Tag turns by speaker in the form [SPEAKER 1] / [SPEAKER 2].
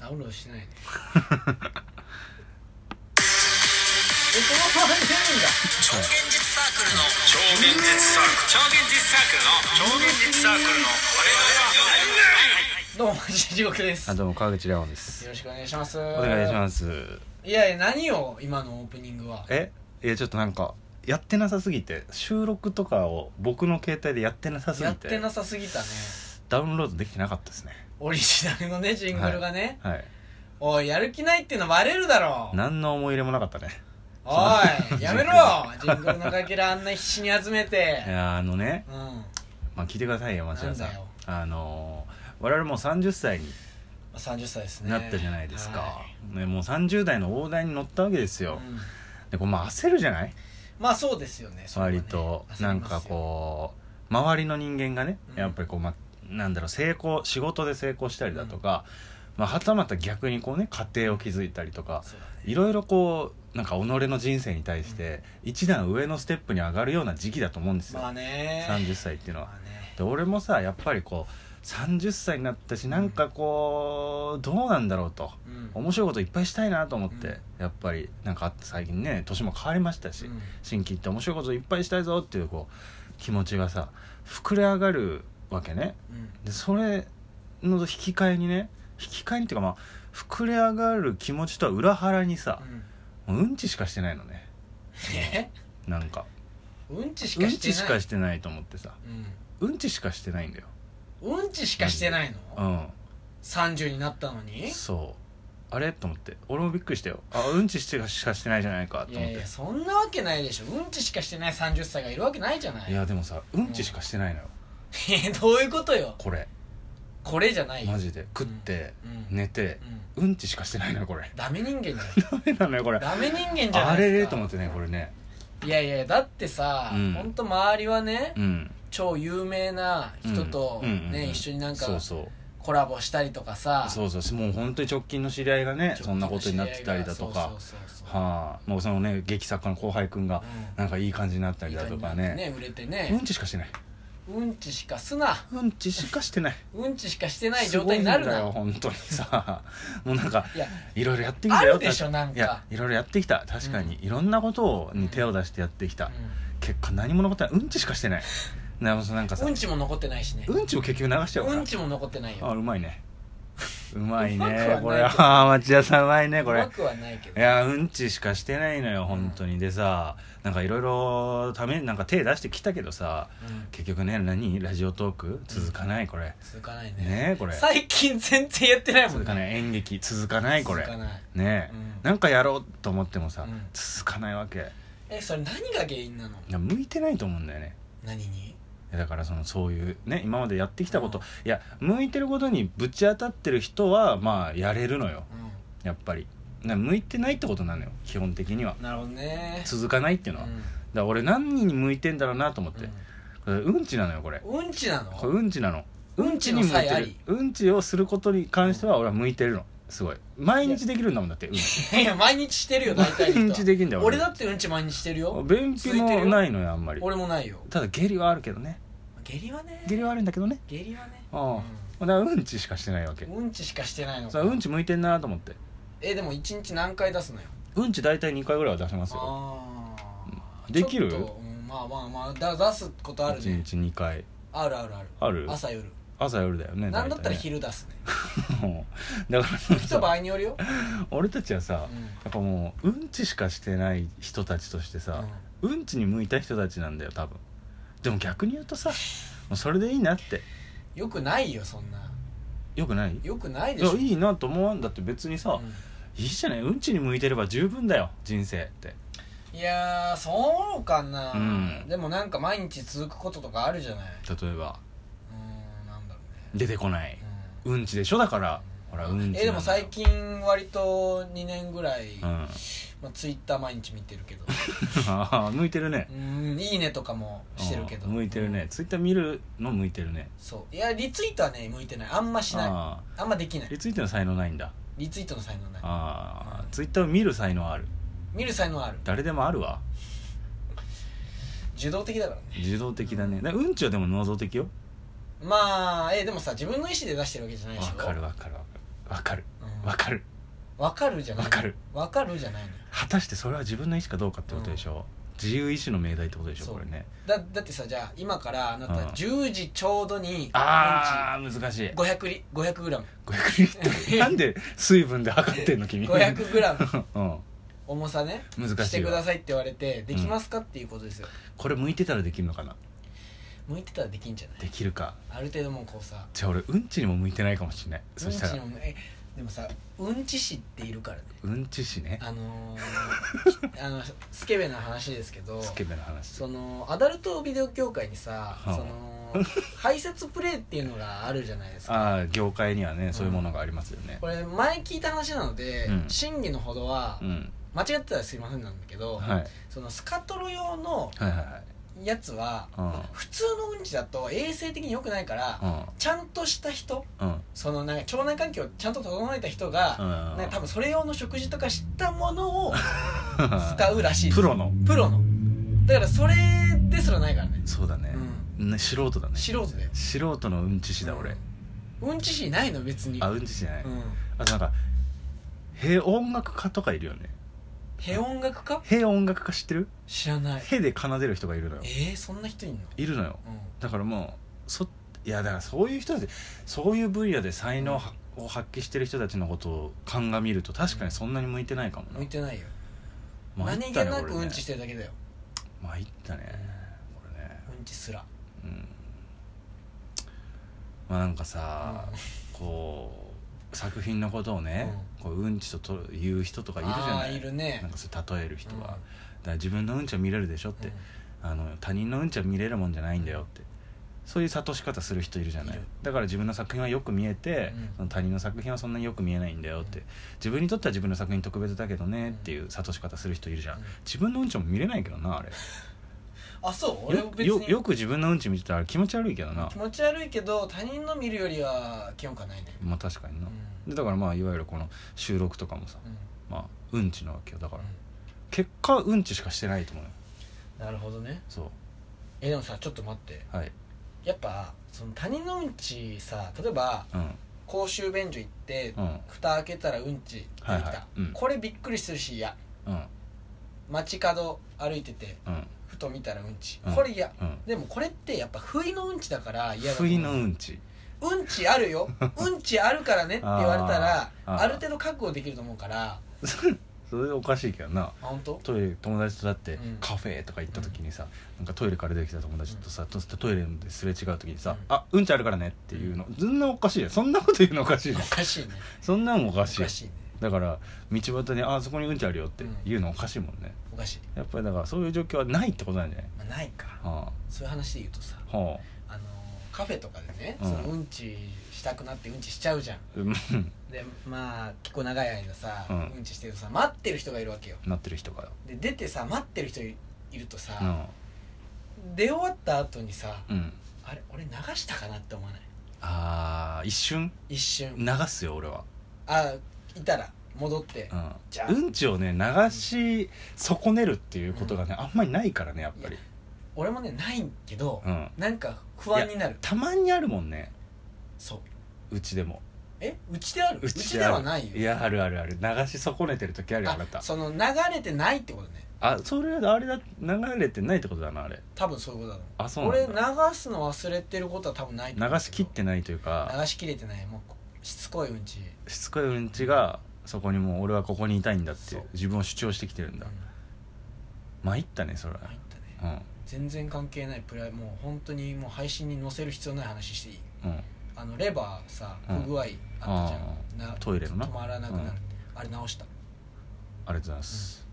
[SPEAKER 1] あうろうろして ないね
[SPEAKER 2] えそのまま出るんだ
[SPEAKER 3] 超現実サークルの超現実サークル超現実サークルの超現実サークルの我々は
[SPEAKER 2] どうも地獄です
[SPEAKER 4] あ
[SPEAKER 2] よ
[SPEAKER 4] どうも川口レオンです
[SPEAKER 2] ろしくお願いします
[SPEAKER 4] お願いし
[SPEAKER 2] す
[SPEAKER 4] ます
[SPEAKER 2] いやいや何よ今のオープニングは
[SPEAKER 4] えいやちょっとなんかやってなさすぎて収録とかを僕の携帯でやってなさすぎ
[SPEAKER 2] やっててなさすぎたね
[SPEAKER 4] ダウンロードできてなかったですね
[SPEAKER 2] オリジナルのねジングルがね、
[SPEAKER 4] はい
[SPEAKER 2] おいやる気ないっていうのバレるだろ
[SPEAKER 4] 何の思い入れもなかったね
[SPEAKER 2] おいやめ ろジングルのかけらあんな必死に集めて
[SPEAKER 4] いやあのね、
[SPEAKER 2] うん
[SPEAKER 4] まあ、聞いてくださいよ松田さ
[SPEAKER 2] な
[SPEAKER 4] ん
[SPEAKER 2] んだよ
[SPEAKER 4] あのー我々もう30歳に
[SPEAKER 2] 30歳ですね
[SPEAKER 4] なったじゃないですか、
[SPEAKER 2] は
[SPEAKER 4] ね、もう30代の大台に乗ったわけです
[SPEAKER 2] い
[SPEAKER 4] よ、
[SPEAKER 2] うん
[SPEAKER 4] でこうまあ焦るじゃない
[SPEAKER 2] まあそうですよねそれはね
[SPEAKER 4] 割と
[SPEAKER 2] 焦りますよ
[SPEAKER 4] なんかこう周りの人間がね
[SPEAKER 2] うん
[SPEAKER 4] やっぱりこう、ま、なんだろう成功仕事で成功したりだとか、まあ、はたまた逆にこうね家庭を築いたりとか
[SPEAKER 2] そう
[SPEAKER 4] いろいろこうなんか己の人生に対して一段上のステップに上がるような時期だと思うんです
[SPEAKER 2] だね
[SPEAKER 4] よ、
[SPEAKER 2] まあね
[SPEAKER 4] 30歳っていうのは
[SPEAKER 2] ま。あね
[SPEAKER 4] で俺もさやっぱりこう30歳になったしなんかこうどうなんだろうと
[SPEAKER 2] うん
[SPEAKER 4] 面白いこといっぱいしたいなと思って、
[SPEAKER 2] うん
[SPEAKER 4] やっぱりなんかあって最近ね年も変わりましたし、
[SPEAKER 2] うん
[SPEAKER 4] 新規行って面白いこといっぱいしたいぞっていうこう気持ちがさ膨れ上がるわけね
[SPEAKER 2] うん
[SPEAKER 4] でそれの引き換えにね引き換えにっていうかまあ膨れ上がる気持ちとは裏腹にさ
[SPEAKER 2] う、ん
[SPEAKER 4] もううんちしかしてないのね
[SPEAKER 2] え
[SPEAKER 4] なんか
[SPEAKER 2] うんちし
[SPEAKER 4] うん
[SPEAKER 2] かして
[SPEAKER 4] ち
[SPEAKER 2] ない
[SPEAKER 4] しかしてないと思ってさ
[SPEAKER 2] うん
[SPEAKER 4] うんちしかしてないんだよ
[SPEAKER 2] うんちしかしてないの、
[SPEAKER 4] うん
[SPEAKER 2] 30になったのに
[SPEAKER 4] そうあれと思って俺もびっくりしたよあうんちしてしかしてないじゃないか
[SPEAKER 2] い
[SPEAKER 4] と思っ
[SPEAKER 2] や
[SPEAKER 4] て
[SPEAKER 2] い
[SPEAKER 4] いや
[SPEAKER 2] やそんなわけないでしょうんちしかしてない30歳がいるわけないじゃない
[SPEAKER 4] でもさうんちしかしてないのよ
[SPEAKER 2] えどういうことよ
[SPEAKER 4] これ
[SPEAKER 2] これじゃないよ
[SPEAKER 4] マジで食って、
[SPEAKER 2] うん
[SPEAKER 4] 寝て
[SPEAKER 2] うん
[SPEAKER 4] うんちしかしてないのよこれ
[SPEAKER 2] ダメ人間じ ゃ
[SPEAKER 4] ダメなのよこれ
[SPEAKER 2] ダメ人間じゃな
[SPEAKER 4] あ
[SPEAKER 2] いですか
[SPEAKER 4] れれと思ってねこれね
[SPEAKER 2] いやいやだってさ、
[SPEAKER 4] うん
[SPEAKER 2] ほんと周りはね、
[SPEAKER 4] うん
[SPEAKER 2] 超有名な人と
[SPEAKER 4] うんうんうん
[SPEAKER 2] ね、
[SPEAKER 4] うん
[SPEAKER 2] 一緒になんか
[SPEAKER 4] そうそう
[SPEAKER 2] コラボしたりとかさ
[SPEAKER 4] そうそうもう本当に直近の知り合いがねそんなことになってたりだとか
[SPEAKER 2] そうそうそうそう
[SPEAKER 4] はあもうそのね劇作家の後輩くんが
[SPEAKER 2] うん
[SPEAKER 4] なんかいい感じになったりだとかね
[SPEAKER 2] いい感じになって売れて
[SPEAKER 4] う
[SPEAKER 2] ね
[SPEAKER 4] んちしかしてない
[SPEAKER 2] うんちしかすな
[SPEAKER 4] うんちしかしてない
[SPEAKER 2] うんちしかしてない状態になる
[SPEAKER 4] すごい
[SPEAKER 2] なん
[SPEAKER 4] だよ本当にさもうなんか
[SPEAKER 2] いや
[SPEAKER 4] いろいろやってきたよ
[SPEAKER 2] あるでしょなんか
[SPEAKER 4] いやいろいろやってきた確かに、いろんなことをに手を出してやってきた、結果何も残ってないうんちしかしてないななんか
[SPEAKER 2] う
[SPEAKER 4] さ
[SPEAKER 2] ん、うんちも残ってないしね
[SPEAKER 4] うんちを結局流しちゃうから
[SPEAKER 2] うんちも残ってない
[SPEAKER 4] あ
[SPEAKER 2] よ
[SPEAKER 4] うまいねうまいね
[SPEAKER 2] うまくはないけど
[SPEAKER 4] これあー町田さんうまいね
[SPEAKER 2] う
[SPEAKER 4] これ
[SPEAKER 2] まくはないけ
[SPEAKER 4] い
[SPEAKER 2] ど
[SPEAKER 4] やうんちしかしてないのよ本当にでさなんかいろいろためなんか手出してきたけどさ
[SPEAKER 2] うん
[SPEAKER 4] 結局ね何ラジオトーク続かないこれ
[SPEAKER 2] 続かないね
[SPEAKER 4] ねこれ
[SPEAKER 2] 最近全然やってないもん
[SPEAKER 4] 続
[SPEAKER 2] ね
[SPEAKER 4] かない演劇続かないこれ
[SPEAKER 2] 続かない
[SPEAKER 4] ねえ、
[SPEAKER 2] うん
[SPEAKER 4] なんかやろうと思ってもさ、
[SPEAKER 2] うん
[SPEAKER 4] 続かないわけ
[SPEAKER 2] えそれ何が原因なの
[SPEAKER 4] いや向いてないと思うんだよね
[SPEAKER 2] 何に
[SPEAKER 4] いやだからそのそういうね今までやってきたこと、いや向いてることにぶち当たってる人はまあやれるのよ
[SPEAKER 2] う
[SPEAKER 4] やっぱりな向いてないってことなのよ基本的には
[SPEAKER 2] んなるほどね
[SPEAKER 4] 続かないっていうのは、だから俺何に向いてんだろうなと思って、うん、うんちなのよこれ
[SPEAKER 2] うん、うんちなの
[SPEAKER 4] これうんちなの
[SPEAKER 2] うんちの
[SPEAKER 4] 向い
[SPEAKER 2] 才あ
[SPEAKER 4] てる
[SPEAKER 2] り
[SPEAKER 4] うんちをすることに関しては俺は向いてるのすごい毎日できるんだもんだってうんち
[SPEAKER 2] いや毎日してるよ大体の人は
[SPEAKER 4] 毎日できんだよ
[SPEAKER 2] 俺
[SPEAKER 4] 俺
[SPEAKER 2] だってうんち毎日してるよ
[SPEAKER 4] 便秘もないのよあんまり
[SPEAKER 2] 俺もないよ
[SPEAKER 4] ただ下痢はあるけどね
[SPEAKER 2] 下痢はね
[SPEAKER 4] 下痢はあるんだけどね
[SPEAKER 2] 下痢はね
[SPEAKER 4] ああ、だからうんちしかしてないわけ
[SPEAKER 2] うんちしかしてないの
[SPEAKER 4] さあうんち向いてんなと思って
[SPEAKER 2] えでも一日何回出すのよ
[SPEAKER 4] うんち大体2回ぐらいは出せますよ
[SPEAKER 2] ああ
[SPEAKER 4] できる
[SPEAKER 2] まあまあまあだ出すことある
[SPEAKER 4] 1
[SPEAKER 2] ね
[SPEAKER 4] 日2回
[SPEAKER 2] あるあるある
[SPEAKER 4] ある
[SPEAKER 2] 朝夜
[SPEAKER 4] 朝夜だよね
[SPEAKER 2] なんだったら
[SPEAKER 4] 大体ね
[SPEAKER 2] 昼出 すね
[SPEAKER 4] もうだからさ
[SPEAKER 2] 人場合によるよ
[SPEAKER 4] 俺たちはさ、
[SPEAKER 2] うん
[SPEAKER 4] やっぱもううんちしかしてない人たちとしてさ、うん、ちに向いた人たちなんだよ多分でも逆に言うとさもうそれでいいなって
[SPEAKER 2] よくないよそんな
[SPEAKER 4] よくない
[SPEAKER 2] よくない
[SPEAKER 4] い
[SPEAKER 2] でし
[SPEAKER 4] や
[SPEAKER 2] ょ
[SPEAKER 4] いいなと思わんだって別にさ、
[SPEAKER 2] う
[SPEAKER 4] いいじゃないうんちに向いてれば十分だよ人生って
[SPEAKER 2] んいやーそうかな、
[SPEAKER 4] うん
[SPEAKER 2] でもなんか毎日続くこととかあるじゃない
[SPEAKER 4] 例えば
[SPEAKER 2] うーんなんだろうね
[SPEAKER 4] 出てこない
[SPEAKER 2] うん
[SPEAKER 4] うんちでしょだからほらうんちなのよ
[SPEAKER 2] えでも最近割と2年ぐらい、
[SPEAKER 4] うん
[SPEAKER 2] まあ、ツイッター毎日見てるけど
[SPEAKER 4] あー向いてるね
[SPEAKER 2] うんいいねとかもしてるけど
[SPEAKER 4] うん向いてるねツイッター見るの向いてるね
[SPEAKER 2] そういやリツイートはね向いてないあんましないあ
[SPEAKER 4] あ
[SPEAKER 2] んまできな
[SPEAKER 4] ー
[SPEAKER 2] い
[SPEAKER 4] リツイートの才能ないんだ
[SPEAKER 2] リツイートの才能ない
[SPEAKER 4] ああツイッターを見る才能ある
[SPEAKER 2] 見る才能はある
[SPEAKER 4] 誰でもあるわ
[SPEAKER 2] 受動的だからね
[SPEAKER 4] 自動的だねだうんちはでも能動的よ
[SPEAKER 2] まあえでもさ自分の意思で出してるわけじゃないでし
[SPEAKER 4] わ
[SPEAKER 2] ょ
[SPEAKER 4] かるわかるわかるわかる
[SPEAKER 2] うん
[SPEAKER 4] わかる
[SPEAKER 2] わかるじゃない
[SPEAKER 4] わかる
[SPEAKER 2] わかるじゃないの
[SPEAKER 4] 果たしてそれは自分の意思かどうかってことでしょ、自由意志の命題ってことでしょ
[SPEAKER 2] そう
[SPEAKER 4] これね
[SPEAKER 2] だだってさじゃあ今からあなた
[SPEAKER 4] うん
[SPEAKER 2] 10時ちょうどに
[SPEAKER 4] あー難しい
[SPEAKER 2] うんち500リ500グラム
[SPEAKER 4] 500リットルなんで水分で測ってんの君
[SPEAKER 2] 500グラム
[SPEAKER 4] うん
[SPEAKER 2] 重さね
[SPEAKER 4] 難しいわ
[SPEAKER 2] してくださいって言われてできますかっていうことですよ
[SPEAKER 4] これ向いてたらできるのかな
[SPEAKER 2] 向いてたらできんじゃない
[SPEAKER 4] できるか
[SPEAKER 2] ある程度もうこうさ
[SPEAKER 4] じゃあ俺うんちにも向いてないかもしれない
[SPEAKER 2] うん
[SPEAKER 4] そ
[SPEAKER 2] ち
[SPEAKER 4] したら
[SPEAKER 2] のえでもさうんち師っているからね
[SPEAKER 4] うんち師ね
[SPEAKER 2] あのーきあのスケベな話ですけど
[SPEAKER 4] スケベの話
[SPEAKER 2] そのアダルトビデオ協会にさ、
[SPEAKER 4] はあ
[SPEAKER 2] その排泄プレイっていうのがあるじゃないですか
[SPEAKER 4] ああ業界にはねそういうものがありますよね
[SPEAKER 2] これ前聞いた話なので、
[SPEAKER 4] うん
[SPEAKER 2] 真偽のほどは
[SPEAKER 4] う、ん
[SPEAKER 2] 間違ってたらすいませんなんだけど、
[SPEAKER 4] はいはい
[SPEAKER 2] そのスカトロ用の
[SPEAKER 4] はいはい
[SPEAKER 2] やつは
[SPEAKER 4] う
[SPEAKER 2] 普通のうんちだと衛生的に良くないから、
[SPEAKER 4] んうん
[SPEAKER 2] ちゃんとした人
[SPEAKER 4] うん
[SPEAKER 2] そのなんか腸内環境をちゃんと整えた人が、
[SPEAKER 4] うん
[SPEAKER 2] なんか多分それ用の食事とかしたものを
[SPEAKER 4] 使
[SPEAKER 2] 使うらしいです
[SPEAKER 4] プロの
[SPEAKER 2] プロのだからそれですらないからね
[SPEAKER 4] そうだねね素人だね
[SPEAKER 2] 素人で
[SPEAKER 4] 素人のうんち師だ俺
[SPEAKER 2] うんち師ないの別に
[SPEAKER 4] あうんち師じゃない
[SPEAKER 2] うん
[SPEAKER 4] あとなんかへ音楽家とかいるよね
[SPEAKER 2] へ音楽家
[SPEAKER 4] へ音楽家知ってる
[SPEAKER 2] 知らない
[SPEAKER 4] へで奏でる人がいるのよ
[SPEAKER 2] えー、そんな人いんの
[SPEAKER 4] いるのよ
[SPEAKER 2] うん
[SPEAKER 4] だからもうそいやだからそういう人たちそういう分野で才能はを発揮してる人たちのことを鑑みると確かにそんなに向いてないかもな、
[SPEAKER 2] 向いてないよ、
[SPEAKER 4] 参
[SPEAKER 2] 何
[SPEAKER 4] っ
[SPEAKER 2] 気
[SPEAKER 4] たね
[SPEAKER 2] なく
[SPEAKER 4] 俺
[SPEAKER 2] う
[SPEAKER 4] ね
[SPEAKER 2] んちしてるだけだよ
[SPEAKER 4] 参ったねこれね
[SPEAKER 2] うんちすら
[SPEAKER 4] うんまあなんかさ、こう作品のことをね、こううんちとと言う人とかいるじゃ
[SPEAKER 2] あ
[SPEAKER 4] な
[SPEAKER 2] ー
[SPEAKER 4] い
[SPEAKER 2] いる
[SPEAKER 4] な
[SPEAKER 2] ね
[SPEAKER 4] んかそれ例える人
[SPEAKER 2] う
[SPEAKER 4] は、
[SPEAKER 2] ん
[SPEAKER 4] だから自分のうんちは見れるでしょって、あの他人のうんちは見れるもんじゃないんだよってそういう諭し方する人いるじゃない
[SPEAKER 2] いる
[SPEAKER 4] だから自分の作品はよく見えて、
[SPEAKER 2] うん
[SPEAKER 4] その他人の作品はそんなによく見えないんだよって、自分にとっては自分の作品特別だけどねっていう諭し方する人いるじゃん、
[SPEAKER 2] うん
[SPEAKER 4] 自分のうんちも見れないけどなあれ
[SPEAKER 2] あそう俺
[SPEAKER 4] よ
[SPEAKER 2] も別
[SPEAKER 4] よ
[SPEAKER 2] に
[SPEAKER 4] よく自分のうんち見てたら気持ち悪いけどな
[SPEAKER 2] 気持ち悪いけど他人の見るよりは気温感ないね
[SPEAKER 4] まあ確かに
[SPEAKER 2] う
[SPEAKER 4] な、
[SPEAKER 2] ん
[SPEAKER 4] でだからまあいわゆるこの収録とかもさ、
[SPEAKER 2] うん
[SPEAKER 4] まあ、うんちなわけよだから、
[SPEAKER 2] う
[SPEAKER 4] 結果うんちしかしてないと思うよ
[SPEAKER 2] んなるほどね
[SPEAKER 4] そ
[SPEAKER 2] えでもさちょっと待って
[SPEAKER 4] うはい
[SPEAKER 2] やっぱその他人のうんちさ例えば
[SPEAKER 4] うん
[SPEAKER 2] 公衆便所行って、
[SPEAKER 4] うん
[SPEAKER 2] 蓋開けたらうんち出てきた、
[SPEAKER 4] はいはいうん
[SPEAKER 2] これびっくりするしいや
[SPEAKER 4] うん
[SPEAKER 2] 街角歩いてて
[SPEAKER 4] うん
[SPEAKER 2] ふと見たらうんち、
[SPEAKER 4] うん
[SPEAKER 2] これ嫌
[SPEAKER 4] うん
[SPEAKER 2] でもこれってやっぱ不意のうんちだから嫌だ
[SPEAKER 4] 不意のうんち
[SPEAKER 2] うんちある ようんちあるからねって言われたら
[SPEAKER 4] あ
[SPEAKER 2] あ
[SPEAKER 4] ー
[SPEAKER 2] る程度覚悟できると思うからあ
[SPEAKER 4] それおかしいけどな
[SPEAKER 2] 本当
[SPEAKER 4] トイレ友達とだって
[SPEAKER 2] うん
[SPEAKER 4] カフェとか行った時にさ、なんかトイレから出てきた友達とさ、とトイレですれ違う時にさ「
[SPEAKER 2] うん
[SPEAKER 4] あうんちあるからね」っていうのそんなおかしいよそんなこと言うのおかしい
[SPEAKER 2] お
[SPEAKER 4] じゃん
[SPEAKER 2] かしいね
[SPEAKER 4] そんなのお
[SPEAKER 2] お
[SPEAKER 4] かしい
[SPEAKER 2] かしいね
[SPEAKER 4] だから道端に「あそこにうんちあるよ」って
[SPEAKER 2] うん
[SPEAKER 4] 言うのおかしいもんね、
[SPEAKER 2] おかしい、
[SPEAKER 4] やっぱりだからそういう状況はないってことなんじゃない
[SPEAKER 2] まあ、ないか
[SPEAKER 4] は
[SPEAKER 2] そういう話で言うとさ
[SPEAKER 4] あは
[SPEAKER 2] あのーカフェとかでね、
[SPEAKER 4] うん
[SPEAKER 2] そのうんちしたくなってうんちしちゃうじゃん
[SPEAKER 4] あうん
[SPEAKER 2] でまあ結構長い間さ、う
[SPEAKER 4] うんん、
[SPEAKER 2] ちしてるとさ待ってる人がいるわけよ
[SPEAKER 4] なってる人が
[SPEAKER 2] で出てさ待ってる人いいると
[SPEAKER 4] う
[SPEAKER 2] さ、
[SPEAKER 4] ん
[SPEAKER 2] 出終わった後にさ
[SPEAKER 4] うん
[SPEAKER 2] あれ俺流したかなって思わない
[SPEAKER 4] あー一瞬
[SPEAKER 2] 一瞬
[SPEAKER 4] 流すよ俺は
[SPEAKER 2] あいたら戻って
[SPEAKER 4] うん
[SPEAKER 2] じゃあ
[SPEAKER 4] うんちをね流し損ねるっていうことがねあんまりないからねやっぱり
[SPEAKER 2] 俺もねないけど、
[SPEAKER 4] うん
[SPEAKER 2] なんか不安になる
[SPEAKER 4] たまにあるもんね
[SPEAKER 2] そう
[SPEAKER 4] うちでも
[SPEAKER 2] えうちであるうちで
[SPEAKER 4] ある
[SPEAKER 2] はないよ
[SPEAKER 4] いやあるあるある流し損ねてる時あるよあなた
[SPEAKER 2] あその流れてないってことね
[SPEAKER 4] あそれはあれだ流れてないってことだなあれ
[SPEAKER 2] 多分そういうことだと思う
[SPEAKER 4] あそう
[SPEAKER 2] 俺
[SPEAKER 4] なん
[SPEAKER 2] 流
[SPEAKER 4] だ
[SPEAKER 2] すの忘れてることは多分ないと思うん
[SPEAKER 4] 流
[SPEAKER 2] だけ
[SPEAKER 4] し
[SPEAKER 2] ど
[SPEAKER 4] きってないというか
[SPEAKER 2] 流しきれてないもうこしつこいうんち
[SPEAKER 4] しつこいうんちがそこにもう俺はここにいたいんだっ
[SPEAKER 2] そ
[SPEAKER 4] て
[SPEAKER 2] う
[SPEAKER 4] 自分を主張してきてるんだ
[SPEAKER 2] うん
[SPEAKER 4] 参ったねそれは
[SPEAKER 2] 入ったね
[SPEAKER 4] う
[SPEAKER 2] 全然関係ないプライもう本当にもう配信に載せる必要ない話していい
[SPEAKER 4] んうん
[SPEAKER 2] あのレバーさ
[SPEAKER 4] うん
[SPEAKER 2] 不具合あったじゃん、
[SPEAKER 4] あー
[SPEAKER 2] な
[SPEAKER 4] トイレのな
[SPEAKER 2] 止まらなくなる、
[SPEAKER 4] うん
[SPEAKER 2] あれ直した
[SPEAKER 4] ありがとうございます、